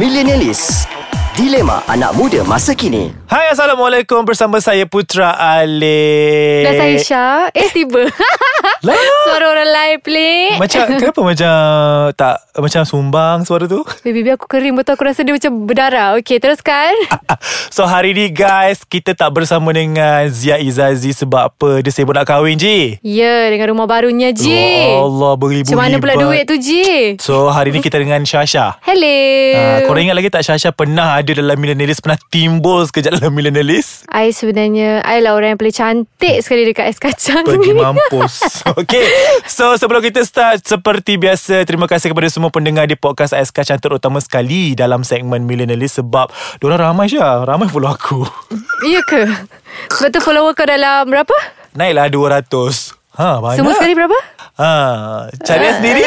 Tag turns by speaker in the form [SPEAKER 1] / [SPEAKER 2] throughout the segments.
[SPEAKER 1] Millennialis Dilema anak muda masa kini
[SPEAKER 2] Hai Assalamualaikum Bersama saya Putra Ali
[SPEAKER 3] Dan saya Syah Eh tiba
[SPEAKER 2] Lah,
[SPEAKER 3] Suara orang lain pelik
[SPEAKER 2] Macam Kenapa macam Tak Macam sumbang suara tu
[SPEAKER 3] Baby aku kering betul Aku rasa dia macam berdarah Okay teruskan
[SPEAKER 2] Ah. So hari ni guys Kita tak bersama dengan Zia Izazi Sebab apa Dia sibuk nak kahwin je
[SPEAKER 3] Ya dengan rumah barunya Ji
[SPEAKER 2] Ya Allah, beribu
[SPEAKER 3] Macam mana pula
[SPEAKER 2] libat.
[SPEAKER 3] duit tu Ji
[SPEAKER 2] So hari ni kita dengan Syasha
[SPEAKER 3] Hello
[SPEAKER 2] Uh,
[SPEAKER 3] Ya.
[SPEAKER 2] korang ingat lagi tak Syasha pernah ada dalam Millennialist Pernah timbul sekejap dalam Millennialist
[SPEAKER 3] I sebenarnya I lah orang yang paling cantik
[SPEAKER 2] Hmm.
[SPEAKER 3] sekali Dekat ais kacang
[SPEAKER 2] Pergi
[SPEAKER 3] ni
[SPEAKER 2] mampus Okay So sebelum kita start Seperti biasa Terima kasih kepada semua pendengar Di podcast AS Kacang Terutama sekali Dalam segmen Millennialist Sebab Diorang ramai Syah Ramai follow aku
[SPEAKER 3] Ya ke Sebab tu follower kau dalam berapa
[SPEAKER 2] Naiklah 200 Ha, banyak.
[SPEAKER 3] Semua sekali berapa
[SPEAKER 2] Ha, cari
[SPEAKER 3] Ah.
[SPEAKER 2] sendiri.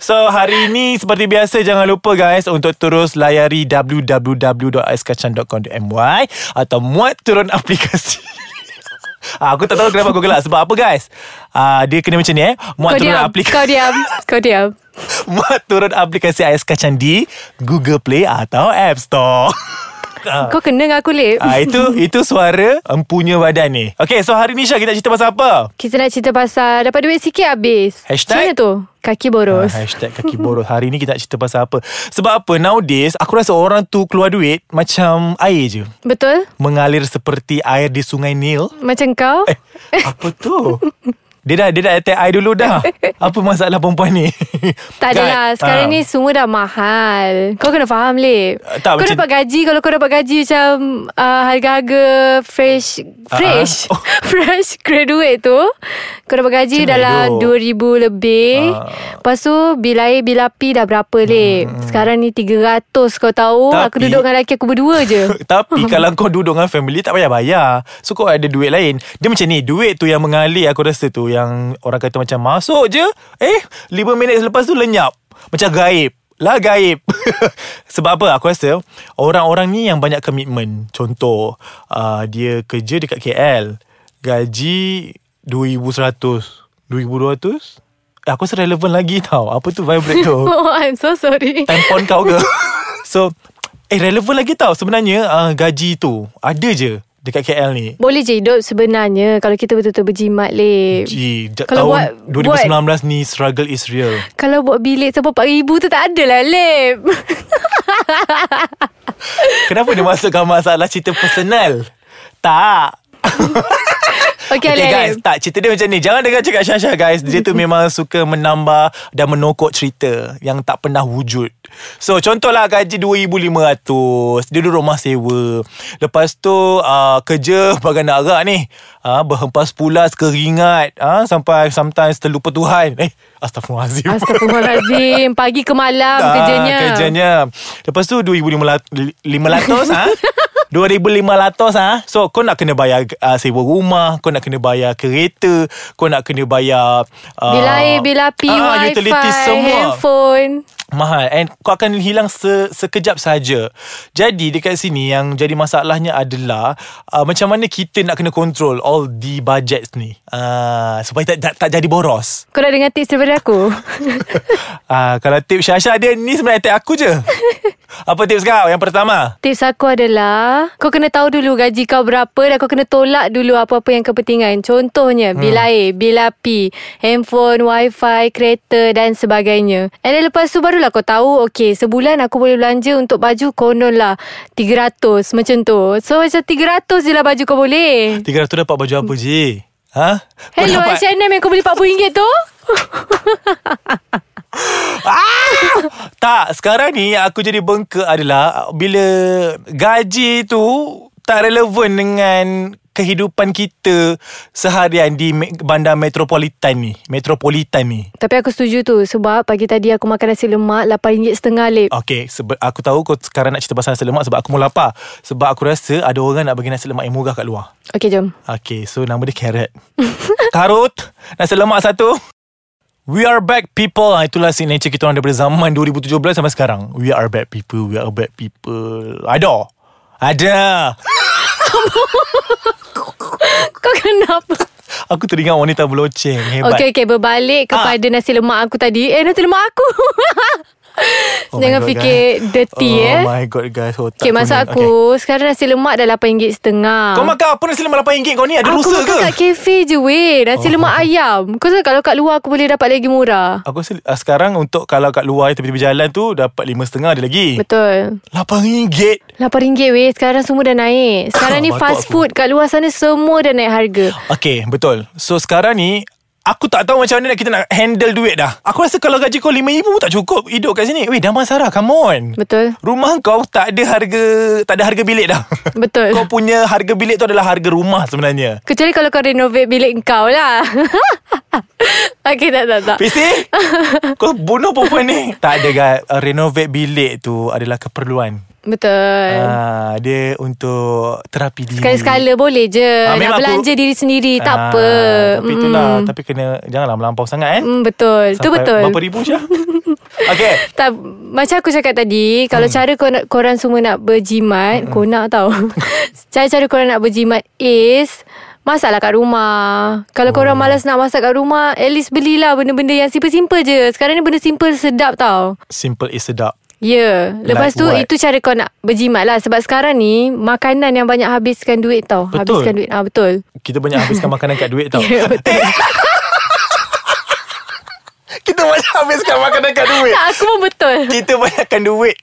[SPEAKER 2] so hari ini seperti biasa jangan lupa guys untuk terus layari www.aiskacang.com.my atau muat turun aplikasi. Ah, aku tak tahu kenapa aku gelak Sebab apa guys ah, Dia kena macam ni eh Muat
[SPEAKER 3] Kau
[SPEAKER 2] turun
[SPEAKER 3] diam
[SPEAKER 2] aplikasi
[SPEAKER 3] Kau diam Kau diam
[SPEAKER 2] Muat turun aplikasi AIS Kacang di Google Play atau App Store Ah.
[SPEAKER 3] Kau kena dengan aku Lip
[SPEAKER 2] ah, Itu itu suara Empunya badan ni Okay so hari ni Syah Kita nak cerita pasal apa?
[SPEAKER 3] Kita nak cerita pasal Dapat duit sikit habis
[SPEAKER 2] Hashtag?
[SPEAKER 3] Macam mana tu Kaki boros
[SPEAKER 2] Ah, hashtag kaki boros Hari ni kita nak cerita pasal apa Sebab apa nowadays Aku rasa orang tu keluar duit Macam air je
[SPEAKER 3] Betul
[SPEAKER 2] Mengalir seperti air di sungai Nil
[SPEAKER 3] Macam kau
[SPEAKER 2] Eh apa tu Dia dah dia dah attack air dulu dah Apa masalah perempuan ni
[SPEAKER 3] Tak ada lah Sekarang ni semua dah mahal Kau kena faham Lip
[SPEAKER 2] ah. Eh, tak,
[SPEAKER 3] Kau
[SPEAKER 2] macam-
[SPEAKER 3] dapat gaji Kalau kau dapat gaji macam uh, Harga-harga Fresh Fresh
[SPEAKER 2] Ah, ah. Oh.
[SPEAKER 3] Fresh graduate tu Kau dapat gaji
[SPEAKER 2] Macam
[SPEAKER 3] dalam
[SPEAKER 2] mana Ah.
[SPEAKER 3] RM2,000 lebih Lepas tu Bila air bila api dah berapa Lip Sekarang ni RM300 kau tahu
[SPEAKER 2] Hmm. Tapi-
[SPEAKER 3] Aku duduk dengan lelaki aku berdua je
[SPEAKER 2] Tapi kalau kau duduk dengan family Tak payah bayar So kau ada duit lain Dia macam ni Duit tu yang mengalir Aku rasa tu Yang orang kata macam Masuk je Eh 5 minit selepas tu lenyap Macam gaib lah gaib Sebab apa aku rasa Orang-orang ni yang banyak komitmen Contoh uh, Dia kerja dekat KL Gaji 2100 2200 Eh, Aku rasa relevan lagi tau Apa tu vibrate tu
[SPEAKER 3] Oh I'm so sorry
[SPEAKER 2] Tampon kau ke So Eh relevan lagi tau Sebenarnya uh, Gaji tu Ada je Dekat KL ni
[SPEAKER 3] Boleh je hidup sebenarnya Kalau kita betul-betul berjimat Lip
[SPEAKER 2] Ji, j-
[SPEAKER 3] Kalau
[SPEAKER 2] tahun 2019
[SPEAKER 3] buat-
[SPEAKER 2] ni Struggle is real
[SPEAKER 3] Kalau buat bilik sampai 4000 tu tak ada lah Lip
[SPEAKER 2] Kenapa dia masukkan masalah Cerita personal Tak
[SPEAKER 3] Okay,
[SPEAKER 2] Okay
[SPEAKER 3] Lip
[SPEAKER 2] guys Tak cerita dia macam ni Jangan dengar cakap Syasha guys Dia tu memang suka menambah Dan menokok cerita Yang tak pernah wujud So contohlah gaji 2,500 Dia duduk rumah sewa Lepas tu uh, Kerja bagan nak arak ni uh, Berhempas pulas Keringat uh, Sampai sometimes terlupa Tuhan Eh Astaghfirullahalazim
[SPEAKER 3] Astagfirullahalazim Pagi ke malam
[SPEAKER 2] Ah,
[SPEAKER 3] kerjanya
[SPEAKER 2] Kerjanya Lepas tu 2,500 ha? 2,500 ha? So kau nak kena bayar uh, sewa rumah Kau nak kena bayar kereta Kau nak kena bayar uh,
[SPEAKER 3] Bila air, bila api,
[SPEAKER 2] ah,
[SPEAKER 3] wifi,
[SPEAKER 2] Utility semua
[SPEAKER 3] handphone
[SPEAKER 2] Mahal And kau akan hilang se- sekejap saja Jadi dekat sini Yang jadi masalahnya adalah uh, Macam mana kita nak kena control All the budgets ni uh, Supaya tak, tak, tak jadi boros
[SPEAKER 3] Kau dah dengar tips daripada aku
[SPEAKER 2] Ah, kalau tips Syasha dia ni sebenarnya tag aku je. Apa tips kau? Yang pertama.
[SPEAKER 3] Tips aku adalah Kau kena tahu dulu gaji kau berapa Dan kau kena tolak dulu apa-apa yang kepentingan Contohnya
[SPEAKER 2] Hmm.
[SPEAKER 3] Bila air, bila api Handphone, wifi, kereta dan sebagainya And then lepas tu barulah kau tahu Okay sebulan aku boleh belanja untuk baju Konon lah 300 macam tu So macam 300 je lah baju kau boleh
[SPEAKER 2] 300 dapat baju apa je? Ha? Kau
[SPEAKER 3] Hello
[SPEAKER 2] dapat-
[SPEAKER 3] H&M yang kau beli RM40 tu
[SPEAKER 2] Tak, sekarang ni aku jadi bengkak adalah bila gaji tu tak relevan dengan kehidupan kita seharian di me- bandar metropolitan ni. Metropolitan ni.
[SPEAKER 3] Tapi aku setuju tu Sebab pagi tadi aku makan nasi lemak RM8.50 lip
[SPEAKER 2] Okay, sebe- aku tahu kau sekarang nak cerita pasal nasi lemak sebab aku mula lapar. Sebab aku rasa ada orang nak bagi nasi lemak yang murah kat luar.
[SPEAKER 3] Okay jom
[SPEAKER 2] Okay, so nama dia carrot. Karut, nasi lemak satu. We are back people Ah, Itulah signature kita orang daripada zaman 2017 sampai sekarang We are back people We are back people Ada Ada
[SPEAKER 3] Kau kenapa?
[SPEAKER 2] Aku teringat wanita berloceng Hebat Ah.
[SPEAKER 3] Okay okay berbalik kepada nasi lemak aku tadi Eh nasi lemak aku
[SPEAKER 2] Oh my
[SPEAKER 3] Jangan
[SPEAKER 2] God,
[SPEAKER 3] fikir
[SPEAKER 2] guys.
[SPEAKER 3] dirty
[SPEAKER 2] oh
[SPEAKER 3] eh
[SPEAKER 2] Oh my god guys Otak
[SPEAKER 3] Okay
[SPEAKER 2] kuning.
[SPEAKER 3] masa aku okay. Sekarang nasi lemak dah RM8.5
[SPEAKER 2] Kau makan apa nasi lemak RM8 kau ni Ada
[SPEAKER 3] Aku
[SPEAKER 2] rusa
[SPEAKER 3] makan
[SPEAKER 2] ke
[SPEAKER 3] kat kafe je weh Nasi oh. lemak ayam Kau tahu kalau kat luar Aku boleh dapat lagi murah
[SPEAKER 2] Aku rasa ah, sekarang Untuk kalau kat luar Tepi-tepi jalan tu Dapat RM5.5 ada lagi
[SPEAKER 3] Betul
[SPEAKER 2] RM8
[SPEAKER 3] RM8 weh Sekarang semua dah naik Sekarang ni
[SPEAKER 2] Batuk Ah, aku.
[SPEAKER 3] fast food Kat luar sana semua dah naik harga
[SPEAKER 2] Okay betul So sekarang ni Aku tak tahu macam mana nak- kita nak handle duit dah Aku rasa kalau gaji kau RM5,000 pun tak cukup Hidup kat sini Weh Damar Sarah come on
[SPEAKER 3] Betul
[SPEAKER 2] Rumah kau tak ada harga Tak ada harga bilik dah
[SPEAKER 3] Betul.
[SPEAKER 2] Kau punya harga bilik tu adalah harga rumah sebenarnya
[SPEAKER 3] Kecuali kalau kau renovate bilik kau lah Okay tak tak tak
[SPEAKER 2] PC Kau bunuh perempuan ni Tak ada guys Uh, Renovate bilik tu adalah keperluan
[SPEAKER 3] Betul
[SPEAKER 2] Ah, Dia untuk terapi diri
[SPEAKER 3] Sekali-sekala boleh je
[SPEAKER 2] Ah,
[SPEAKER 3] Nak
[SPEAKER 2] memang aku-
[SPEAKER 3] belanja diri sendiri Tak
[SPEAKER 2] Ah,
[SPEAKER 3] apa Hmm.
[SPEAKER 2] Tapi itulah Tapi kena Janganlah melampau sangat eh
[SPEAKER 3] Mm, Betul Itu
[SPEAKER 2] Sampai
[SPEAKER 3] betul
[SPEAKER 2] Berapa ribu Syah Okay
[SPEAKER 3] tak, macam aku cakap tadi
[SPEAKER 2] Hmm.
[SPEAKER 3] Kalau cara korang, korang semua nak berjimat Konak tau Cara-cara korang nak berjimat is Masaklah kat rumah Kalau
[SPEAKER 2] Hmm.
[SPEAKER 3] korang malas nak masak kat rumah At least belilah benda-benda yang simple-simple je Sekarang ni benda simple sedap tau
[SPEAKER 2] Simple is sedap
[SPEAKER 3] Ya yeah. Lepas
[SPEAKER 2] Like
[SPEAKER 3] tu
[SPEAKER 2] what?
[SPEAKER 3] itu cara kau nak berjimat lah Sebab sekarang ni Makanan yang banyak habiskan duit tau
[SPEAKER 2] Betul.
[SPEAKER 3] Habiskan duit ah Betul
[SPEAKER 2] Kita banyak habiskan makanan kat duit tau
[SPEAKER 3] Ya,
[SPEAKER 2] betul Kita banyak habiskan makanan kat duit
[SPEAKER 3] Tak aku pun betul
[SPEAKER 2] Kita banyakkan duit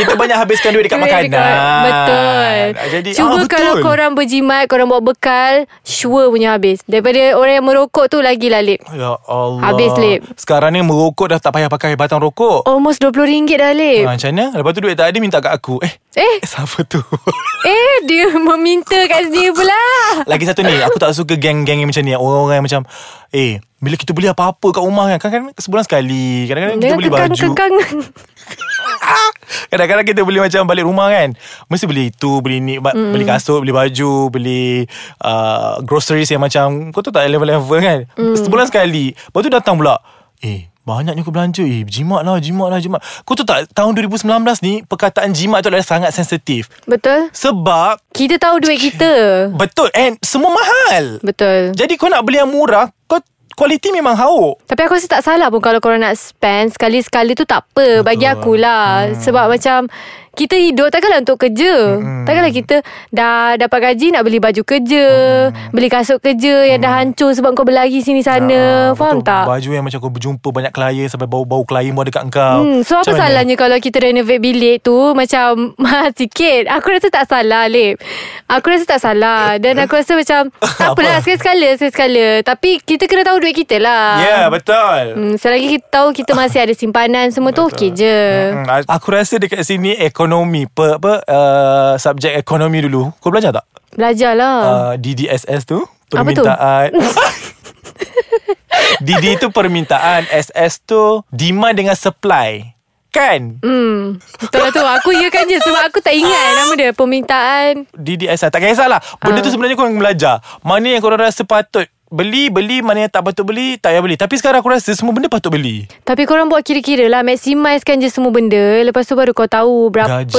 [SPEAKER 2] Kita banyak habiskan duit dekat
[SPEAKER 3] Duit
[SPEAKER 2] makanan
[SPEAKER 3] dekat- Betul
[SPEAKER 2] Jadi
[SPEAKER 3] Cuba
[SPEAKER 2] ah, betul.
[SPEAKER 3] kalau korang berjimat Korang bawa bekal Sure punya habis Daripada orang yang merokok tu Lagi lah lip
[SPEAKER 2] Ya Allah
[SPEAKER 3] Habis, Lip.
[SPEAKER 2] Sekarang ni merokok dah tak payah pakai batang rokok
[SPEAKER 3] Almost RM20 dah lip
[SPEAKER 2] Ha, macam mana? Lepas tu duit tak ada minta kat aku Eh,
[SPEAKER 3] Eh
[SPEAKER 2] eh siapa tu?
[SPEAKER 3] Eh dia meminta kat sini pula
[SPEAKER 2] Lagi satu ni Aku tak suka geng-geng yang macam ni Orang-orang yang macam Eh bila kita beli apa-apa kat rumah kan Kadang-kadang sebulan sekali Kadang-kadang kita beli baju
[SPEAKER 3] kengkang
[SPEAKER 2] Kadang-kadang kita beli macam balik rumah kan Mesti beli itu Beli ni ba- Beli kasut Beli baju Beli uh, Groceries yang macam Kau tahu tak level-level kan mm. Sebulan sekali Lepas tu datang pula Eh Banyaknya kau belanja Eh jimat lah Jimat lah jimat Kau tahu tak Tahun 2019 ni Perkataan jimat tu adalah sangat sensitif
[SPEAKER 3] Betul
[SPEAKER 2] Sebab
[SPEAKER 3] Kita tahu duit kita
[SPEAKER 2] Betul And semua mahal
[SPEAKER 3] Betul
[SPEAKER 2] Jadi kau nak beli yang murah Kau Kualiti memang hauk
[SPEAKER 3] Tapi aku rasa tak salah pun Kalau korang nak spend Sekali-sekali tu tak apa Betul. Bagi akulah hmm. Sebab macam Kita hidup takkanlah untuk kerja hmm. Takkanlah kita Dah dapat gaji Nak beli baju kerja hmm. Beli kasut kerja Yang hmm. dah hancur Sebab kau berlari sini sana
[SPEAKER 2] Ah,
[SPEAKER 3] ya, Faham
[SPEAKER 2] betul.
[SPEAKER 3] tak?
[SPEAKER 2] Baju yang macam kau berjumpa Banyak klien Sampai bau-bau klien pun ada kat kau
[SPEAKER 3] Hmm, so
[SPEAKER 2] Macam
[SPEAKER 3] apa
[SPEAKER 2] mana?
[SPEAKER 3] salahnya kalau kita renovate bilik tu Macam mahal sikit Aku rasa tak salah Lip Aku rasa tak salah Dan aku rasa macam Tak apalah
[SPEAKER 2] Apa?
[SPEAKER 3] sekali-sekala Sekali-sekala Tapi kita kena tahu duit kita lah
[SPEAKER 2] Ya yeah, betul
[SPEAKER 3] Hmm, selagi kita tahu kita masih ada simpanan semua tu okey je.
[SPEAKER 2] Hmm, a- Aku rasa dekat sini ekonomi pe, apa uh, subjek ekonomi dulu. Kau belajar tak?
[SPEAKER 3] Belajarlah. Uh,
[SPEAKER 2] Uh, DDSS tu
[SPEAKER 3] Apa tu?
[SPEAKER 2] permintaan. DD tu permintaan, SS tu demand dengan supply. Kan?
[SPEAKER 3] Betul lah tu. Aku ya kan je sebab aku tak ingat
[SPEAKER 2] Ah.
[SPEAKER 3] nama dia permintaan.
[SPEAKER 2] DDSS tak kisahlah. Benda
[SPEAKER 3] Ah.
[SPEAKER 2] tu sebenarnya kau yang belajar. Mana yang kau rasa patut beli, beli, mana yang tak patut beli, tak payah beli. Tapi sekarang aku rasa semua benda patut beli.
[SPEAKER 3] Tapi korang buat kira-kira lah Maximizekan je semua benda Lepas tu baru kau tahu Berapa
[SPEAKER 2] Gaji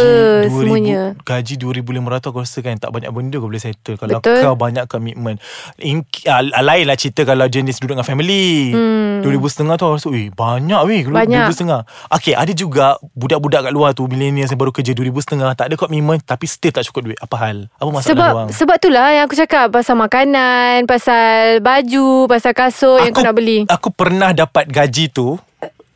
[SPEAKER 2] 2000,
[SPEAKER 3] semuanya
[SPEAKER 2] Gaji 2500 aku rasa kan Tak banyak benda kau boleh settle Kalau
[SPEAKER 3] Betul.
[SPEAKER 2] Betul. kau banyak komitmen In, uh, Lain lah cerita Kalau jenis duduk dengan family hmm. 2500 tu aku rasa Eh banyak weh
[SPEAKER 3] Banyak.
[SPEAKER 2] 2500 Okay ada juga Budak-budak kat luar tu Millennials yang baru kerja 2500 Tak ada komitmen Tapi still tak cukup duit Apa hal Apa masalah
[SPEAKER 3] sebab
[SPEAKER 2] orang
[SPEAKER 3] sebab itulah yang aku cakap pasal makanan, pasal baju, pasal kasut yang kau nak beli.
[SPEAKER 2] Aku pernah dapat gaji tu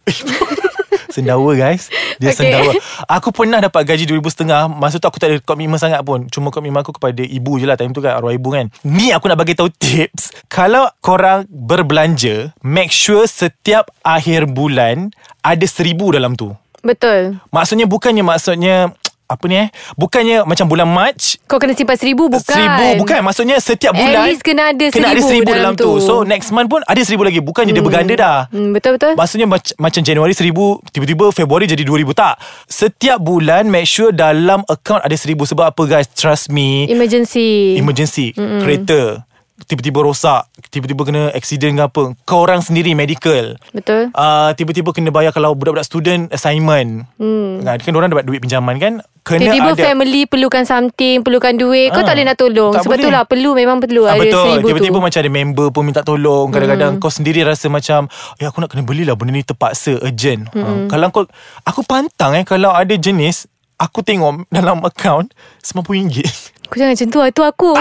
[SPEAKER 2] Sendawa guys Dia
[SPEAKER 3] Okay.
[SPEAKER 2] okay. sendawa Aku pernah dapat gaji RM2,500 Masa tu aku tak ada komitmen sangat pun Cuma komitmen aku kepada ibu je lah Time tu kan arwah ibu kan Ni aku nak bagi tahu tips Kalau korang berbelanja Make sure setiap akhir bulan Ada RM1,000 dalam tu
[SPEAKER 3] Betul.
[SPEAKER 2] Maksudnya bukannya maksudnya apa ni eh Bukannya macam bulan Mac
[SPEAKER 3] Kau kena simpan seribu bukan?
[SPEAKER 2] Seribu Bukan maksudnya Setiap
[SPEAKER 3] At
[SPEAKER 2] bulan
[SPEAKER 3] least kena ada
[SPEAKER 2] Kena ada seribu
[SPEAKER 3] seribu
[SPEAKER 2] dalam,
[SPEAKER 3] dalam tu.
[SPEAKER 2] tu. So next month pun Ada seribu lagi Bukannya dia berganda dah
[SPEAKER 3] Hmm, betul betul.
[SPEAKER 2] Maksudnya mac- macam Januari 1000 Tiba-tiba Februari jadi 2000 Tak Setiap bulan Make sure dalam account Ada 1000 Sebab apa guys Trust me
[SPEAKER 3] Emergency.
[SPEAKER 2] Emergency mm Kereta tiba-tiba rosak, tiba-tiba kena accident ke apa, kau orang sendiri medical.
[SPEAKER 3] Betul.
[SPEAKER 2] Uh, tiba-tiba kena bayar kalau budak-budak student assignment. Hmm. Kan orang dapat duit pinjaman kan? Kena
[SPEAKER 3] Tiba-tiba
[SPEAKER 2] ada
[SPEAKER 3] family perlukan something, perlukan duit. Kau
[SPEAKER 2] Ah,
[SPEAKER 3] tak boleh nak tolong.
[SPEAKER 2] tak
[SPEAKER 3] Sebab
[SPEAKER 2] boleh.
[SPEAKER 3] tu lah perlu memang perlu
[SPEAKER 2] Ah,
[SPEAKER 3] ada
[SPEAKER 2] betul
[SPEAKER 3] seribu
[SPEAKER 2] Tiba-tiba
[SPEAKER 3] tu. Hmm.
[SPEAKER 2] macam ada member pun Minta tolong Kadang-kadang kau sendiri rasa macam Eh aku nak kena belilah Benda ni terpaksa Urgent
[SPEAKER 3] Hmm.
[SPEAKER 2] ha, Kalau kau Aku pantang eh Kalau ada jenis Aku tengok dalam account RM90
[SPEAKER 3] Kau jangan macam tu lah. Itu aku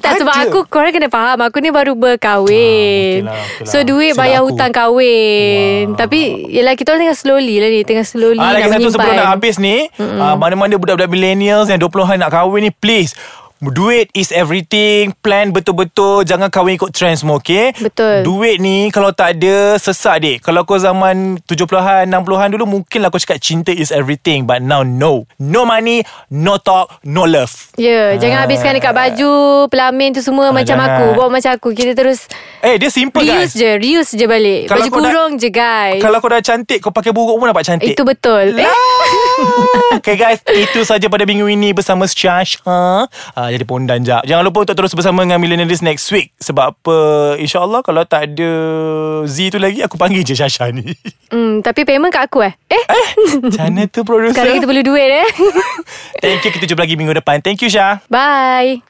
[SPEAKER 3] Tak sebab
[SPEAKER 2] Ada.
[SPEAKER 3] aku Korang kena faham Aku ni baru berkahwin
[SPEAKER 2] Ah, okey lah, okey lah.
[SPEAKER 3] So duit
[SPEAKER 2] Silap
[SPEAKER 3] bayar
[SPEAKER 2] aku.
[SPEAKER 3] hutang kahwin Tapi Yelah kita orang tengah slowly lah ni Tengah slowly
[SPEAKER 2] Ah,
[SPEAKER 3] nak
[SPEAKER 2] lagi satu
[SPEAKER 3] menyimpan
[SPEAKER 2] sebelum nak habis ni ah, Mana-mana budak-budak millennials Yang 20-an nak kahwin ni Please Duit is everything Plan betul-betul Jangan kahwin ikut trend semua okay
[SPEAKER 3] Betul.
[SPEAKER 2] Duit ni Kalau tak ada Sesat dek Kalau kau zaman 70-an 60-an dulu Mungkin lah kau cakap Cinta is everything But now no No money No talk No love
[SPEAKER 3] Ya yeah, Jangan habiskan dekat baju Pelamin tu
[SPEAKER 2] Ah,
[SPEAKER 3] semua Macam
[SPEAKER 2] jangan.
[SPEAKER 3] aku Bawa macam aku Kita terus
[SPEAKER 2] Eh dia simple guys
[SPEAKER 3] Reuse je Reuse je balik
[SPEAKER 2] Kalau
[SPEAKER 3] Baju
[SPEAKER 2] kau dah-
[SPEAKER 3] kurung je guys
[SPEAKER 2] Kalau Lah. kau dah cantik Kau pakai buruk pun dapat cantik
[SPEAKER 3] Itu betul Eh
[SPEAKER 2] Okay guys Itu saja pada minggu ini Bersama Syasha ha? Jadi pondan jap Jangan lupa untuk terus bersama Dengan Millionaires next week Sebab apa InsyaAllah Kalau tak ada Z tu lagi Aku panggil je Syasha ni
[SPEAKER 3] hmm, Tapi payment kat aku eh Eh
[SPEAKER 2] Macam mana tu producer
[SPEAKER 3] Sekarang kita perlu duit eh
[SPEAKER 2] Thank you Kita jumpa lagi minggu depan Thank you Syah
[SPEAKER 3] Bye